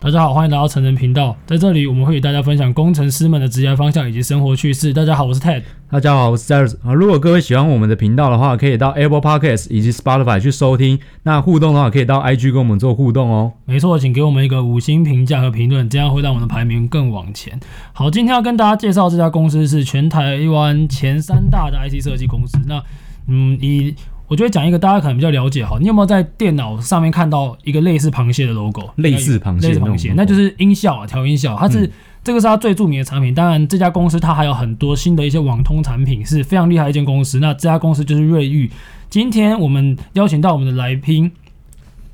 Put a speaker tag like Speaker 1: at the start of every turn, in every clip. Speaker 1: 大家好，欢迎来到成人频道，在这里我们会与大家分享工程师们的职业方向以及生活趣事。大家好，我是 Ted。
Speaker 2: 大家好，我是 z a r s 啊。如果各位喜欢我们的频道的话，可以到 Apple Podcast 以及 Spotify 去收听。那互动的话，可以到 IG 跟我们做互动哦。
Speaker 1: 没错，请给我们一个五星评价和评论，这样会让我们的排名更往前。好，今天要跟大家介绍这家公司是全台湾前三大的 IT 设计公司。那嗯，以我觉得讲一个大家可能比较了解哈，你有没有在电脑上面看到一个类似螃蟹的 logo？
Speaker 2: 类似螃蟹
Speaker 1: 类似
Speaker 2: 那种哦嗯
Speaker 1: 螃蟹，
Speaker 2: logo
Speaker 1: 那就是音效啊，调音效，它是、这个是它最著名的产品。当然，这家公司它还有很多新的一些网通产品，是非常厉害的一间公司。那这家公司就是瑞昱。今天我们邀请到我们的来宾。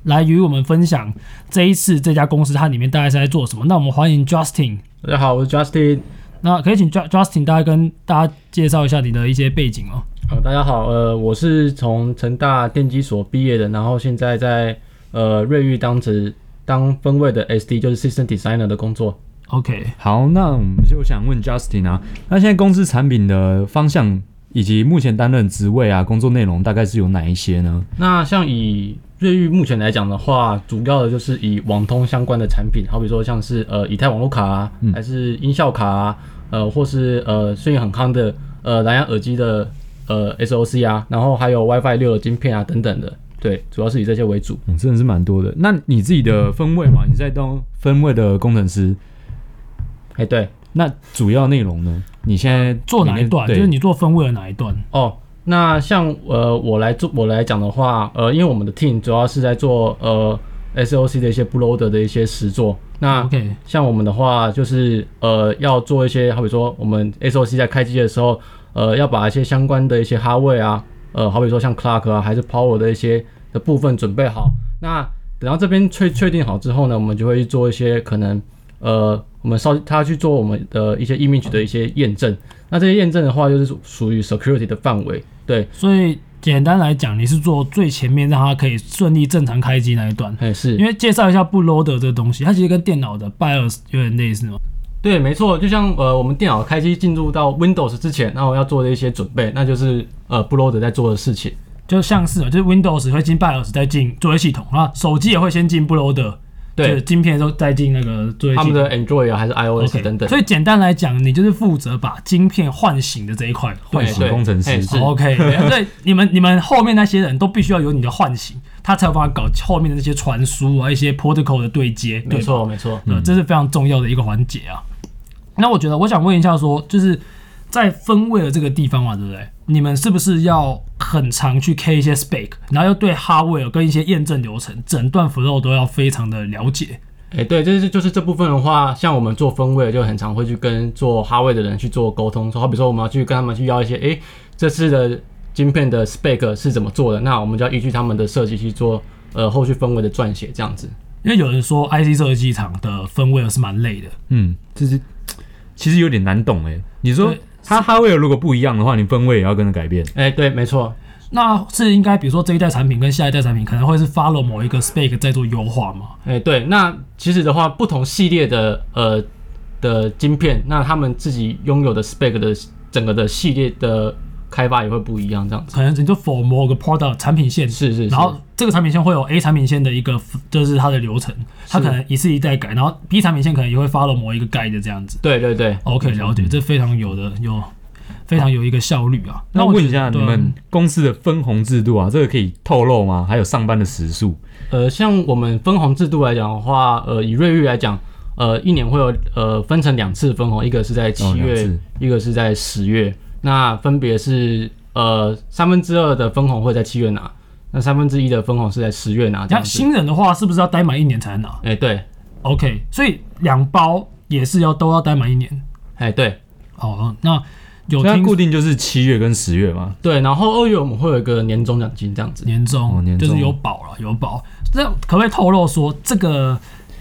Speaker 1: 来与我们分享这一次这家公司它里面大概是在做什么？那我们欢迎 Justin。
Speaker 3: 大家好，我是 Justin。
Speaker 1: 那可以请 Ju- Justin 大概跟大家介绍一下你的一些背景哦。
Speaker 3: 好，大家好，呃，我是从成大电机所毕业的，然后现在在呃瑞昱当职当分位的 SD，就是 System Designer 的工作。
Speaker 1: OK，
Speaker 2: 好，那我们就想问 Justin 啊，那现在公司产品的方向以及目前担任职位啊，工作内容大概是有哪一些呢？
Speaker 3: 那像以瑞昱目前来讲的话，主要的就是以网通相关的产品，好比说像是呃以太网络卡、啊，还是音效卡、啊，呃或是呃最近很夯的呃蓝牙耳机的呃 SOC 啊，然后还有 WiFi 六的晶片啊等等的，对，主要是以这些为主。
Speaker 2: 嗯，真的是蛮多的。那你自己的分位嘛，你在当分位的工程师，
Speaker 3: 哎、对，
Speaker 2: 那主要内容呢？你现在
Speaker 1: 做哪一段？
Speaker 2: 里面对
Speaker 1: 就是你做分位的哪一段？
Speaker 3: 哦，那像呃我来做我来讲的话，呃，因为我们的 team 主要是在做呃 SOC 的一些 bloader 的一些实作。那
Speaker 1: OK，
Speaker 3: 像我们的话，就是呃要做一些，好比说我们 SOC 在开机的时候，呃要把一些相关的一些哈位啊，呃好比说像 clock 啊还是 power 的一些的部分准备好。那等到这边确确定好之后呢，我们就会去做一些可能呃我们稍他去做我们的一些 image 的一些验证。那这些验证的话，就是属属于 security 的范围，对，
Speaker 1: 所以简单来讲，你是做最前面让它可以顺利正常开机那一段。
Speaker 3: 哎是
Speaker 1: 因。为介绍一下 bootloader 这个东西，它其实跟电脑的 BIOS 有点类似嘛。
Speaker 3: 对，没错，就像呃，我们电脑开机进入到 Windows 之前，那我要做的一些准备，那就是呃 b l o a d 在做的事情。
Speaker 1: 就像是啊，就是 Windows 会进 BIOS 再进作业系统啊，手机也会先进 bootloader，
Speaker 3: 对
Speaker 1: 就是晶片都再进那个作业
Speaker 3: 他
Speaker 1: 系
Speaker 3: 们
Speaker 1: 统。
Speaker 3: 的 Android 啊还是 iOS
Speaker 1: OK，
Speaker 3: 等等。
Speaker 1: 所以简单来讲，你就是负责把晶片唤醒的这一块。
Speaker 2: 唤醒
Speaker 3: 对
Speaker 2: 工程师
Speaker 3: 哎是
Speaker 1: 哦 OK，所以你们你们后面那些人都必须要有你的唤醒，他才有办法搞后面的那些传输啊，一些 protocol 的对接。对
Speaker 3: 没错，嗯没错。
Speaker 1: 呃，这是非常重要的一个环节啊。那我觉得，我想问一下说就是在分位的这个地方啊嘛，对不对？你们是不是要很常去 K 一些 spec，然后又对 hardware 跟一些验证流程、整段 flow 都要非常的了解？
Speaker 3: 哎、对，这是就是这部分的话，像我们做分位就很常会去跟做哈位的人去做沟通，说好比说我们要去跟他们去要一些，哎、这次的晶片的 spec 是怎么做的，那我们就要依据他们的设计去做呃后续分位的撰写这样子。
Speaker 1: 因为有人说 IC 设计厂的分位是蛮累的，
Speaker 2: 嗯，就是其实有点难懂哎。你说
Speaker 1: 对
Speaker 2: 它哈位如果不一样的话，你分位也要跟着改变。
Speaker 3: 哎、对，没错，
Speaker 1: 那是应该比如说这一代产品跟下一代产品可能会是 follow 某一个 spec 在做优化嘛？
Speaker 3: 哎、对，那其实的话，不同系列的呃的晶片，那他们自己拥有的 spec 的整个的系列的开发也会不一样，这样子。
Speaker 1: 可能你就 for 某个 product 产品线
Speaker 3: 是是是
Speaker 1: 然后这个产品线会有 A 产品线的一个就是它的流程，它可能一次一代改，然后 B 产品线可能也会 follow 某一个 guide 这样子。
Speaker 3: 对对对，
Speaker 2: 嗯
Speaker 1: OK，了解，这非常有的有非常有一个效率啊。
Speaker 2: 那
Speaker 1: 我
Speaker 2: 问一
Speaker 1: 觉
Speaker 2: 下
Speaker 1: 得
Speaker 2: 你们公司的分红制度啊，这个可以透露吗？还有上班的时数，
Speaker 3: 呃，像我们分红制度来讲的话，呃，以瑞昱来讲，呃，一年会有呃分成两次分红，一个是在
Speaker 2: 哦
Speaker 3: 七
Speaker 2: 两
Speaker 3: 月，
Speaker 2: 次
Speaker 3: 一个是在十月。那分别是呃三分之二的分红会在七月拿，那三分之一的分红是在十月拿。这
Speaker 1: 那
Speaker 3: 样子。
Speaker 1: 新人的话，是不是要待满一年才能拿
Speaker 3: 哎、对，
Speaker 1: ？OK，所以两包也是要都要待满一年。
Speaker 3: 哎、对
Speaker 1: 哦，那有
Speaker 2: 所以它
Speaker 1: 听
Speaker 2: 固定就是七月跟十月嘛。
Speaker 3: 对。然后二月我们会有一个年终奖金这样子。
Speaker 1: 年终、
Speaker 2: 哦年
Speaker 1: 就是
Speaker 2: 终
Speaker 1: 有保了，有保。那可不可以透露说这个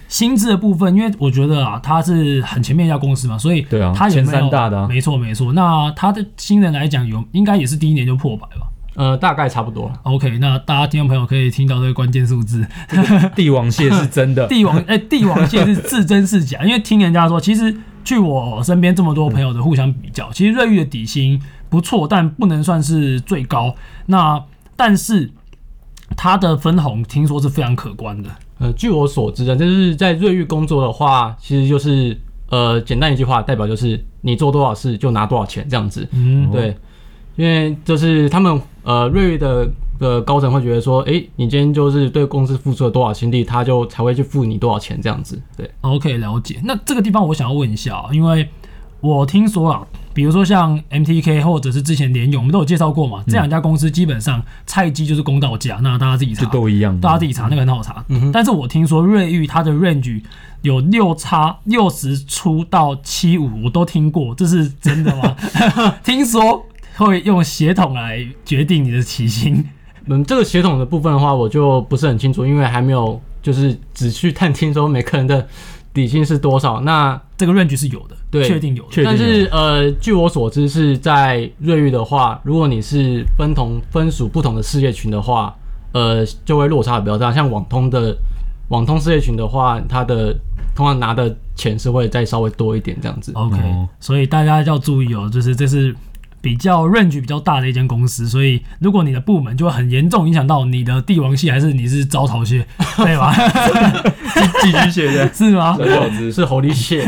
Speaker 1: 薪资的部分？因为我觉得啊，它是很前面一家公司嘛，所以
Speaker 2: 对啊
Speaker 1: 它有没有
Speaker 2: 前三大的啊
Speaker 1: 没错没错。那它的新人来讲有，应该也是第一年就破百吧。
Speaker 3: 呃，大概差不多。
Speaker 1: OK，那大家听众朋友可以听到这个关键数 字，
Speaker 2: 帝王蟹是 真的，
Speaker 1: 帝王哎、帝王蟹 是是真是假？因为听人家说，其实据我身边这么多朋友的互相比较，其实瑞昱的底薪不错，但不能算是最高。那但是它的分红听说是非常可观的。
Speaker 3: 呃，据我所知的，就是在瑞昱工作的话，其实就是呃，简单一句话，代表就是你做多少事就拿多少钱这样子。
Speaker 1: 嗯，
Speaker 3: 对，因为就是他们呃，瑞昱的的高层会觉得说，诶，你今天就是对公司付出了多少心力，他就才会去付你多少钱这样子。对，
Speaker 1: OK，了哦解。那这个地方我想要问一下啊，因为我听说啊，比如说像 MTK 或者是之前联勇，我们都有介绍过嘛，这两家公司基本上菜鸡就是公道价，那大家自己查
Speaker 2: 就，都一样。
Speaker 1: 啊大家自己查，那个很好查。
Speaker 3: 嗯哼
Speaker 1: 但是我听说瑞昱它的 range 有六差六十出到七五，我都听过，这是真的 吗？ 听说会用血统来决定你的起薪。
Speaker 3: 嗯，这个血统的部分的话，我就不是很清楚，因为还没有就是只去探听说每个人的底薪是多少。那
Speaker 1: 这个 range 是有的，
Speaker 3: 对
Speaker 1: 确定有的。
Speaker 2: 确定
Speaker 3: 但
Speaker 2: 有
Speaker 3: 是呃，据我所知是在瑞昱的话，如果你是分同分属不同的事业群的话，呃，就会落差比较大。像网通的网通事业群的话，它的通常拿的钱是会再稍微多一点这样子。
Speaker 1: OK，、
Speaker 2: 哦
Speaker 1: 所以大家要注意哦，就是这是比较 range 比较大的一间公司，所以如果你的部门就会很严重影响到你的帝王蟹还是你是招潮 蟹，对吧？
Speaker 2: 寄居 蟹的
Speaker 1: 是吗？
Speaker 2: 小子
Speaker 3: 是猴力蟹，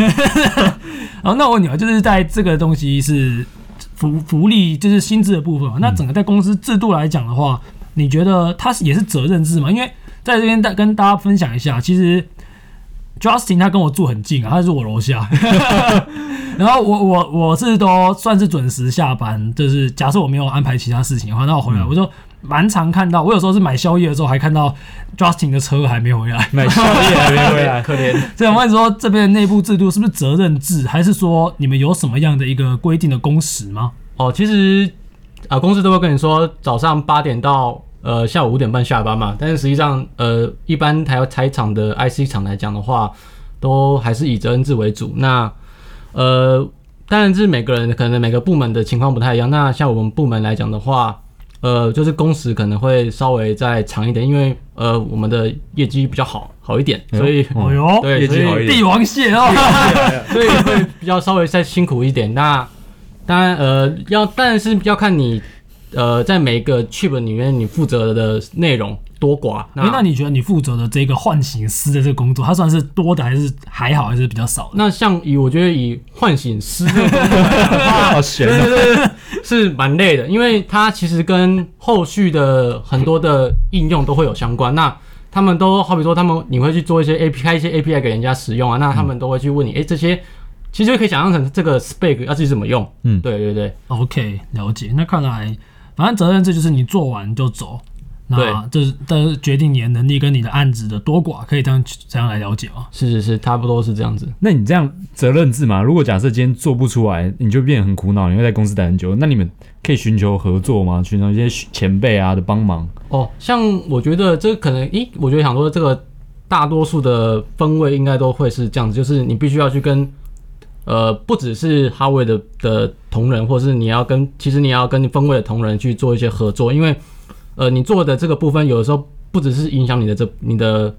Speaker 1: 好，那我问你啊，就是在这个东西是福福利，就是薪资的部分嘛，那整个在公司制度来讲的话，你觉得它是也是责任制吗？因为在这边大跟大家分享一下，其实 Justin 他跟我住很近啊，他住我楼下。 然后我我我是都算是准时下班，就是假设我没有安排其他事情的话，那我回来我就蛮常看到，我有时候是买宵夜的时候还看到 Justin 的车还没回来，
Speaker 2: 买宵夜还没回来，
Speaker 3: 可怜。
Speaker 1: 所以我问说，这边的内部制度是不是责任制，还是说你们有什么样的一个规定的工时吗？
Speaker 3: 哦，其实啊、呃公司都会跟你说早上八点到呃下午五点半下班嘛，但是实际上呃，一般台台厂的 IC 厂来讲的话，都还是以责任制为主。那呃，当然是每个人可能每个部门的情况不太一样。那像我们部门来讲的话，呃，就是工时可能会稍微再长一点，因为呃我们的业绩比较好好一点，
Speaker 2: 哎呦
Speaker 3: 所以。
Speaker 1: 哦
Speaker 2: 哦
Speaker 1: 哟，
Speaker 3: 对
Speaker 2: 业绩
Speaker 3: 所以
Speaker 2: 好一点
Speaker 1: 帝王蟹哦，
Speaker 3: 所以会比较稍微再辛苦一点。那当然，呃，要但是要看你，呃，在每一个剧本里面你负责的内容多寡。那、
Speaker 1: 诶那你觉得你负责的这个唤醒师的这个工作，它算是多的还是还好，还是比较少的？
Speaker 3: 那像以我觉得以唤醒师这个工作
Speaker 2: 好闲啊！
Speaker 3: 是蛮累的，因为它其实跟后续的很多的应用都会有相关。那他们都好比说，他们你会去做一些 A P 开一些 A P I 给人家使用啊，那他
Speaker 1: 嗯
Speaker 3: 们都会去问你，哎、这些其实就可以想象成这个 spec 要去怎么用。
Speaker 2: 嗯
Speaker 3: 对对对。
Speaker 1: OK，了解。那看来，反正责任制就是你做完就走，那这是这是决定你的能力跟你的案子的多寡，可以这样去这样来了解吗？
Speaker 3: 是是是，差不多是这样子。
Speaker 2: 那你这样责任制嘛？如果假设今天做不出来，你就变得很苦恼，你会在公司待很久。那你们可以寻求合作吗？寻求一些前辈啊的帮忙。
Speaker 3: 哦，像我觉得这可能，咦，我觉得想说这个大多数的分位应该都会是这样子，就是你必须要去跟，呃，不只是哈维的的同仁，或是你要跟，其实你也要跟分位的同仁去做一些合作，因为，呃，你做的这个部分有的时候不只是影响你的这你的，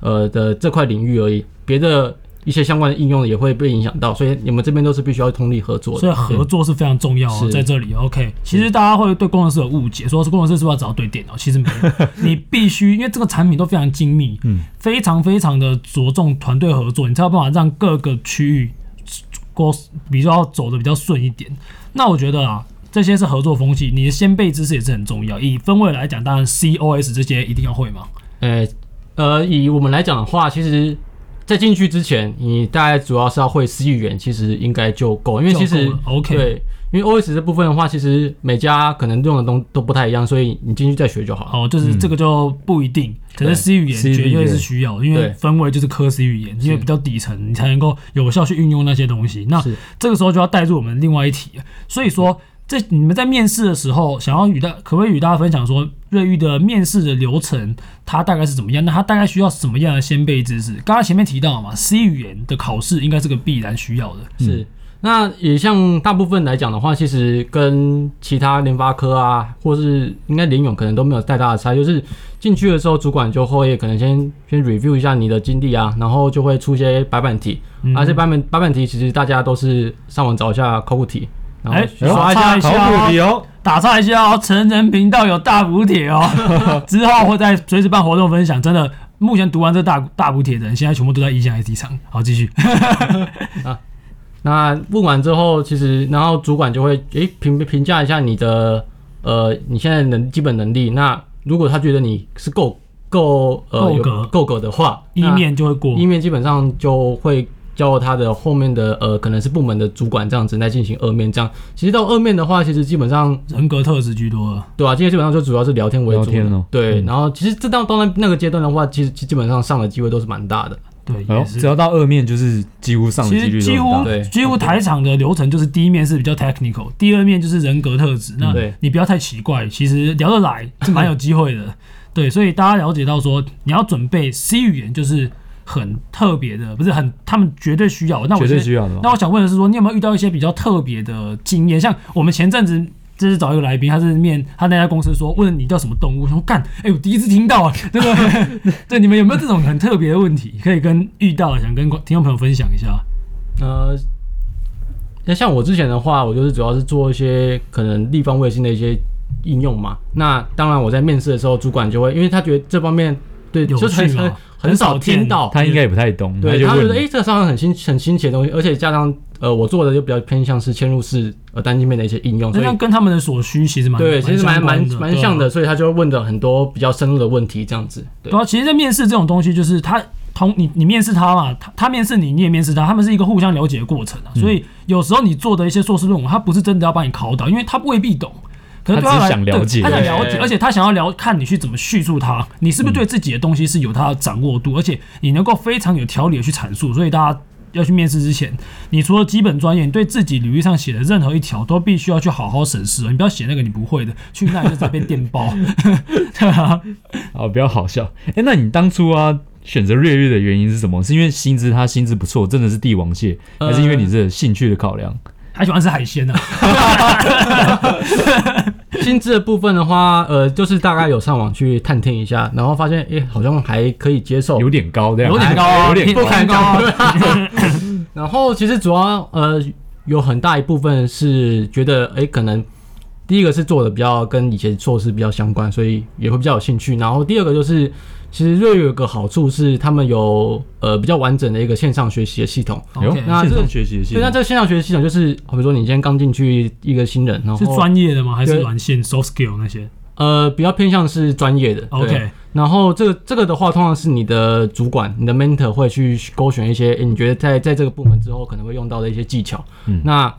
Speaker 3: 呃的这块领域而已，别的一些相关的应用也会被影响到，所以你们这边都是必须要通力合作的。嗯
Speaker 1: 所以合作是非常重要哦，
Speaker 3: 是
Speaker 1: 在这里。OK，其实大家会对工程师有误解，说是工程师是不是要只要对 电脑？其实没有，你必须因为这个产品都非常精密，
Speaker 2: 嗯
Speaker 1: 非常非常的着重团队合作，你才有办法让各个区域过比较走的比较顺一点。那我觉得啊。这些是合作风气，你的先辈知识也是很重要。以分位来讲，当然 COS 这些一定要会嘛。
Speaker 3: 呃呃，以我们来讲的话，其实，在进去之前，你大概主要是要会 C 语言，其实应该就够，因为其
Speaker 1: 就
Speaker 3: 实
Speaker 1: 够了，OK
Speaker 3: 对，因为 OS 这部分的话，其实每家可能用的东都不太一样，所以你进去再学就好。
Speaker 1: 哦，就是这个就不一定，可是 C 语言
Speaker 2: C
Speaker 1: 绝
Speaker 2: 语
Speaker 1: 对
Speaker 2: 言
Speaker 1: 是需要的，因为
Speaker 3: 对
Speaker 1: 分位就是科 C 语言，因为比较底层，你才能够有效去运用那些东西。那
Speaker 3: 是
Speaker 1: 这个时候就要带入我们另外一题了，所以说。这你们在面试的时候，想要与大可不可以与大家分享说瑞昱的面试的流程，它大概是怎么样？那它大概需要什么样的先辈知识？刚刚前面提到嘛，C 语言的考试应该是个必然需要的。
Speaker 3: 是。那也像大部分来讲的话，其实跟其他联发科啊，或是应该联勇可能都没有太大的差，就是进去的时候，主管就会可能先先 review 一下你的经历啊，然后就会出一些白板题，
Speaker 1: 嗯
Speaker 3: 而且白板白板题其实大家都是上网找一下考古题，然后
Speaker 1: 哎
Speaker 3: 去刷一下。
Speaker 1: 哎呦
Speaker 2: 好苦哦！
Speaker 1: 打岔一 下哦，成人频道有大补贴哦，之后会再随时办活动分享，真的目前读完这大大补帖的人，现在全部都在一线 IT 厂。好，继续。
Speaker 3: 那问完之后，其实然后主管就会诶评评价一下你的呃你现在能基本能力。那如果他觉得你是够够呃
Speaker 1: 够
Speaker 3: 有
Speaker 1: 格
Speaker 3: 够格的话，
Speaker 1: 一
Speaker 3: 那
Speaker 1: 面就会过
Speaker 3: 一，面基本上就会叫他的后面的呃可能是部门的主管这样子来进行二面这样。其实到二面的话，其实基本上
Speaker 1: 人格特质居多了。
Speaker 3: 对啊，今天基本上就主要是聊天为主
Speaker 2: 聊天哦
Speaker 3: 对，然后其实这到到那那个阶段的话，其实基本上上的机会都是蛮大的。
Speaker 1: 对，
Speaker 2: 哎呦
Speaker 1: 也
Speaker 2: 只
Speaker 1: 是。
Speaker 2: 要到二面就是几乎上的
Speaker 1: 其
Speaker 2: 几率
Speaker 1: 实
Speaker 2: 都
Speaker 1: 几
Speaker 2: 很大嗯
Speaker 1: 乎。
Speaker 3: 对
Speaker 1: 几乎台场的流程就是第一面是比较 technical，第二面就是人格特质。
Speaker 2: 嗯
Speaker 1: 那
Speaker 3: 对
Speaker 1: 你不要太奇怪，其实聊得来是蛮有机会 的。对，所以大家了解到说，你要准备 C 语言就是很特别的，不是很他们绝对需要。那我
Speaker 2: 绝对
Speaker 1: 觉得
Speaker 2: 需要的吧
Speaker 1: 那我想问的是说，你有没有遇到一些比较特别的经验？像我们前阵子。这是找一个来宾，他是面他那家公司说问你叫什么动物，我说干，哎、我第一次听到啊， 这个对你们有没有这种很特别的问题，可以跟遇到的想跟听众朋友分享一下？
Speaker 3: 呃，那像我之前的话，我就是主要是做一些可能立方卫星的一些应用嘛。那当然我在面试的时候，主管就会，因为他觉得这方面对
Speaker 1: 有
Speaker 3: 就是
Speaker 1: 趣
Speaker 3: 很
Speaker 1: 嘛
Speaker 3: 哦很少听到，
Speaker 2: 他应该也不太懂，他
Speaker 3: 对，他
Speaker 2: 就
Speaker 3: 觉得
Speaker 2: 问
Speaker 3: 哎、
Speaker 2: 你
Speaker 3: 诶这上很新很新奇的东西，而且加上呃，我做的就比较偏向是嵌入式呃单晶面的一些应用，
Speaker 1: 那这
Speaker 3: 所以
Speaker 1: 样跟他们的所需其哎实蛮
Speaker 3: 对，其实蛮
Speaker 1: 相关
Speaker 3: 蛮
Speaker 1: 的
Speaker 3: 蛮像。
Speaker 1: 对
Speaker 3: 的，
Speaker 1: 啊
Speaker 3: 所以他就会问的很多比较深入的问题，这样子。对
Speaker 1: 对啊，其实，在面试这种东西，就是他同你你面试他嘛，他他面试你，你也面试他，他们是一个互相了解的过程啊。
Speaker 2: 嗯
Speaker 1: 所以有时候你做的一些硕士论文，他不是真的要把你考倒，因为他未必懂。可能对
Speaker 2: 他只
Speaker 1: 来
Speaker 2: 是想了解
Speaker 1: 对他想了解，
Speaker 3: 对
Speaker 1: 而且他想要了看你去怎么叙述它，你
Speaker 2: 嗯
Speaker 1: 是不是对自己的东西是有它的掌握度，而且你能够非常有条理的去阐述。所以大家要去面试之前，你除了基本专业，你对自己履历上写的任何一条都必须要去好好审视哦，你不要写那个你不会的，去那里就直接被电爆。 对啊，
Speaker 2: 啊，不要好笑。哎、那你当初啊选择瑞玉的原因是什么？是因为薪资他薪资不错，真的是帝王蟹，
Speaker 1: 呃
Speaker 2: 还是因为你这兴趣的考量？
Speaker 1: 他喜欢吃海鲜 呢、啊。
Speaker 3: 薪资的部分的话，呃，就是大概有上网去探听一下，然后发现，诶，好像还可以接受
Speaker 2: 有。点高这 样，
Speaker 1: 有点高啊
Speaker 2: 有点
Speaker 1: 不
Speaker 2: 高。
Speaker 1: 敢高。
Speaker 3: 然后其实主要呃有很大一部分是觉得，诶，可能第一个是做的比较跟以前硕士比较相关，所以也会比较有兴趣。然后第二个就是，其实瑞宇有个好处是他们有呃比较完整的一个线上学习的系统。
Speaker 2: 哎呦
Speaker 1: OK
Speaker 3: 那
Speaker 2: 线
Speaker 3: 这个
Speaker 2: 上学习的系
Speaker 3: 对，那
Speaker 2: 统，
Speaker 3: 这个线上学习系统就是，好比说你今天刚进去一个新人，然后
Speaker 1: 是专业的吗？还是
Speaker 3: 对
Speaker 1: 软性 soft skill 那些
Speaker 3: 呃，比较偏向是专业的。对
Speaker 1: ？OK，
Speaker 3: 然后这个这个的话，通常是你的主管、你的 mentor 会去勾选一些，诶你觉得在在这个部门之后可能会用到的一些技巧。
Speaker 2: 嗯
Speaker 3: 那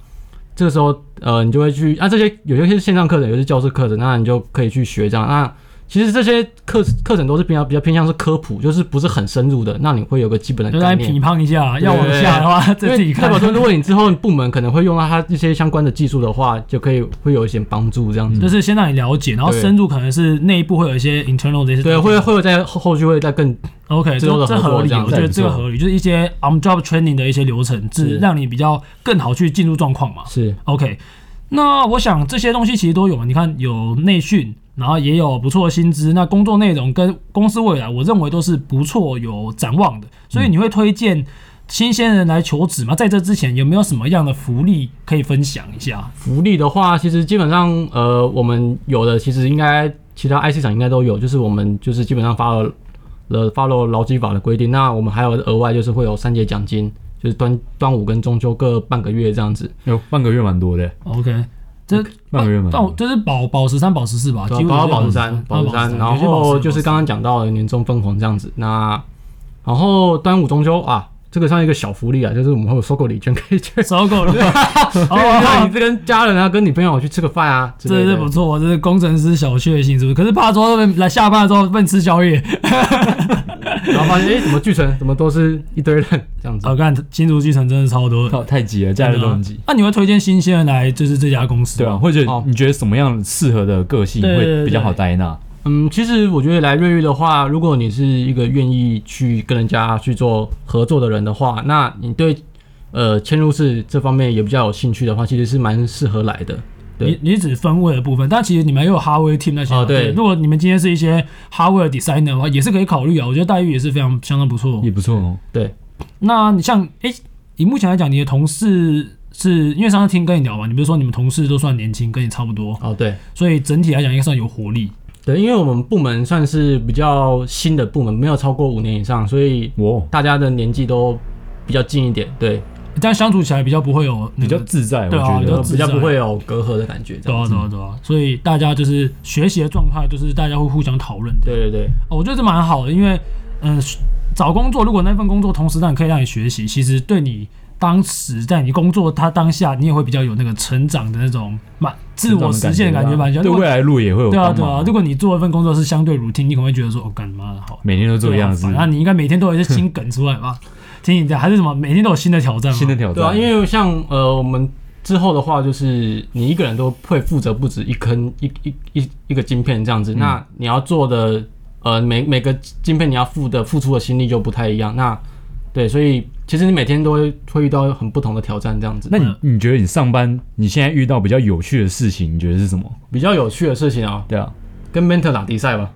Speaker 3: 这个时候，呃，你就会去啊，这些有些是线上课程，有些是教室课程，那你就可以去学这样。那其实这些课课程都是比较比较偏向是科普，就是不是很深入的，那你会有个基本的
Speaker 1: 就
Speaker 3: 概
Speaker 1: 在
Speaker 3: 念
Speaker 1: 批。判一下，要往下的话
Speaker 3: 因
Speaker 1: 再自己
Speaker 3: 为代
Speaker 1: 看
Speaker 3: 表。说，如果你之后部门可能会用到它一些相关的技术的话，就可以会有一些帮助这样 子。
Speaker 1: 就是先让你了解，然后
Speaker 3: 对
Speaker 1: 深入可能是内部会有一些 internal 的一些
Speaker 3: 对，会会有在后后续会再更
Speaker 1: OK，
Speaker 3: 之后
Speaker 1: 这
Speaker 3: 的
Speaker 1: 这
Speaker 3: 合作
Speaker 1: 合理，
Speaker 3: 这样
Speaker 1: 我觉得
Speaker 2: 子
Speaker 1: 这个
Speaker 2: 不错
Speaker 1: 合理，就是一些 on job training 的一些流程，是
Speaker 3: 是
Speaker 1: 让你比较更好去进入状况嘛。
Speaker 3: 是
Speaker 1: OK，那我想这些东西其实都有嘛，你看有内训，然后也有不错的薪资，那工作内容跟公司未来，我认为都是不错有展望的，所
Speaker 2: 嗯
Speaker 1: 以你会推荐新鲜人来求职吗？在这之前有没有什么样的福利可以分享一下？
Speaker 3: 福利的话，其实基本上，呃，我们有的其实应该其他 IC 厂应该都有，就是我们就是基本上发了了发了劳基法的规定，那我们还有额外就是会有三节奖金，就是端端午跟中秋各半个月这样子，
Speaker 2: 有半个月蛮多的，
Speaker 1: OK，这
Speaker 2: 半个月蛮
Speaker 1: 但我就
Speaker 2: 多。
Speaker 1: 是保保十三、保十四吧，
Speaker 3: 对
Speaker 1: 几乎
Speaker 3: 包括
Speaker 1: 都是嗯
Speaker 3: 保持山、
Speaker 1: 啊保
Speaker 3: 保
Speaker 1: 持
Speaker 3: 持
Speaker 1: 山
Speaker 3: 山，然
Speaker 1: 有些保
Speaker 3: 后
Speaker 1: 持
Speaker 3: 就是刚刚讲到的年终分红这样子。那然后端午中秋啊，这个算一个小福利啊，就是我们会有收购礼券可以 去，
Speaker 1: 收购了。
Speaker 3: 让
Speaker 1: 哦
Speaker 3: 你，跟家人啊、跟女朋友去吃个饭啊之
Speaker 1: 这
Speaker 3: 类
Speaker 1: 是
Speaker 3: 的。
Speaker 1: 不错，这是工程师小确幸，是不是？可是怕说来下班的时候被吃宵夜，
Speaker 3: 然后发现哎、诶怎么聚成，怎么都是一堆人这样子。
Speaker 1: 我看新竹巨城真的超多的，啊
Speaker 2: 靠，哦太挤了，假日都很挤。
Speaker 1: 那、你会推荐新鲜人来就是这家公司
Speaker 2: 对啊，
Speaker 1: 吗？
Speaker 2: 或者
Speaker 3: 哦
Speaker 2: 你觉得什么样适合的个性
Speaker 1: 对对对
Speaker 2: 会比较好待纳？
Speaker 3: 嗯，其实我觉得来瑞玉的话，如果你是一个愿意去跟人家去做合作的人的话，那你对呃嵌入式这方面也比较有兴趣的话，其实是蛮适合来的。对
Speaker 1: 你你指分位的部分，但其实你们也有 hardware team 那些嘛、
Speaker 3: 哦对
Speaker 1: 如果你们今天是一些 hardware designer 的话，也是可以考虑啊。我觉得待遇也是非常相当不错
Speaker 2: 也。不错哦。
Speaker 3: 对，
Speaker 1: 那你像诶，以目前来讲，你的同事是因为上次听跟你聊嘛，你不是说你们同事都算年轻，跟你差不多，
Speaker 3: 哦对，
Speaker 1: 所以整体来讲应该算有活力。
Speaker 3: 对，因为我们部门算是比较新的部门，没有超过五年以上，所以
Speaker 2: 我
Speaker 1: 哦
Speaker 3: 大家的年纪都比较近一点，对，
Speaker 1: 这样相处起来比较不会有那
Speaker 2: 比
Speaker 1: 个
Speaker 2: 较自在，我
Speaker 1: 对啊
Speaker 2: 觉
Speaker 1: 比
Speaker 2: 得
Speaker 1: 较
Speaker 3: 呃
Speaker 1: 自
Speaker 3: 比较
Speaker 1: 在
Speaker 3: 不会有隔阂的感觉。这
Speaker 1: 对
Speaker 3: 样
Speaker 1: 啊对啊对啊，所以大家就是学习的状态，就是大家会互相讨论的。
Speaker 3: 对对对，
Speaker 1: 哦，我觉得这蛮好的，因为嗯，找工作如果那份工作同时让你可以让你学习，其实对你当时在你工作它当下，你也会比较有那个成长的那种满自我实现的感觉蛮强。
Speaker 2: 对
Speaker 1: 如果
Speaker 2: 未来路也会有
Speaker 1: 对啊
Speaker 2: 帮
Speaker 1: 对啊，
Speaker 2: 忙
Speaker 1: 如。果你做一份工作是相对 routine，你可能会觉得说，哦，干妈的好，
Speaker 2: 每天都 这个
Speaker 1: 对啊
Speaker 2: 样子
Speaker 1: 反，正你应该每天都有一些新梗出来吧？听你讲还是什么，每天都有新的挑战吗？
Speaker 2: 新的挑
Speaker 3: 对啊，
Speaker 2: 战。
Speaker 3: 因为像呃我们。之后的话，就是你一个人都会负责不止一坑一一一一个晶片这样子。
Speaker 1: 嗯
Speaker 3: 那你要做的，呃，每每个晶片你要付的付出的心力就不太一样。那对，所以其实你每天都会会遇到很不同的挑战这样子。
Speaker 2: 那你你觉得你上班你现在遇到比较有趣的事情，你觉得是什么？
Speaker 3: 比较有趣的事情啊，
Speaker 2: 对啊，
Speaker 3: 跟 mentor 打比赛 吧。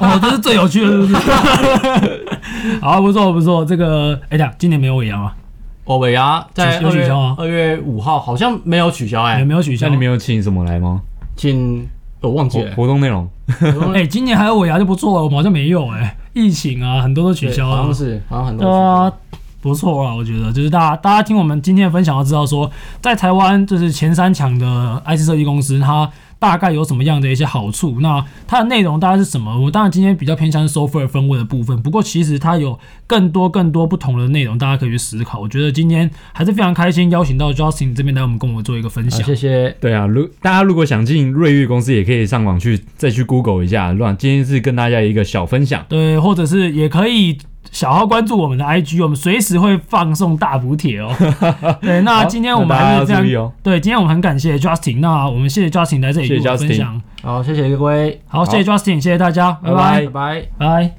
Speaker 1: 哦，这是最有趣的，是不是？ 好，不错不错，这个哎呀，今年没有尾牙吗？
Speaker 3: 哦，尾牙在
Speaker 1: 取有
Speaker 3: 二
Speaker 1: 取
Speaker 3: 月
Speaker 1: 消吗
Speaker 3: 二月五号好像没有取消哎、
Speaker 1: 也没有取消
Speaker 2: 那你。们有请什么来吗？
Speaker 3: 请我忘记
Speaker 2: 活
Speaker 3: 了、
Speaker 1: 哦
Speaker 2: 活动内容
Speaker 1: 哎、今年还有尾牙就不错了，我们好像没有哎、疫情啊，很多都取消
Speaker 3: 对好
Speaker 1: 了
Speaker 3: 像。是好像很多
Speaker 1: 对
Speaker 3: 人取消
Speaker 1: 啊，不错啊，我觉得就是大家大家听我们今天的分享，要知道说，在台湾就是前三强的 IC 设计公司，它大概有什么样的一些好处？那它的内容大概是什么？我当然今天比较偏向 software 分位的部分，不过其实它有更多更多不同的内容，大家可以去思考。我觉得今天还是非常开心，邀请到 Justin 这边来我们跟我们做一个分享
Speaker 3: 好。谢谢，
Speaker 2: 对啊，如大家如果想进瑞昱公司，也可以上网去再去 Google 一下。乱，今天是跟大家一个小分享。
Speaker 1: 对，或者是也可以小号关注我们的 IG，我们随时会放送大补帖 哦。对，那
Speaker 2: 好
Speaker 1: 今天我们
Speaker 2: 那大
Speaker 1: 还
Speaker 2: 家
Speaker 1: 是非
Speaker 2: 要
Speaker 1: 常
Speaker 2: 注意哦
Speaker 1: 对，今天我们很感谢 Justin，那我们谢谢 Justin 来这里
Speaker 2: 谢谢
Speaker 1: 跟我们分
Speaker 2: Justin
Speaker 1: 享。
Speaker 3: 好谢谢各位，
Speaker 1: 好，谢谢 Justin，谢谢大家，拜
Speaker 2: 拜
Speaker 1: 拜，
Speaker 3: 拜拜。
Speaker 1: 拜。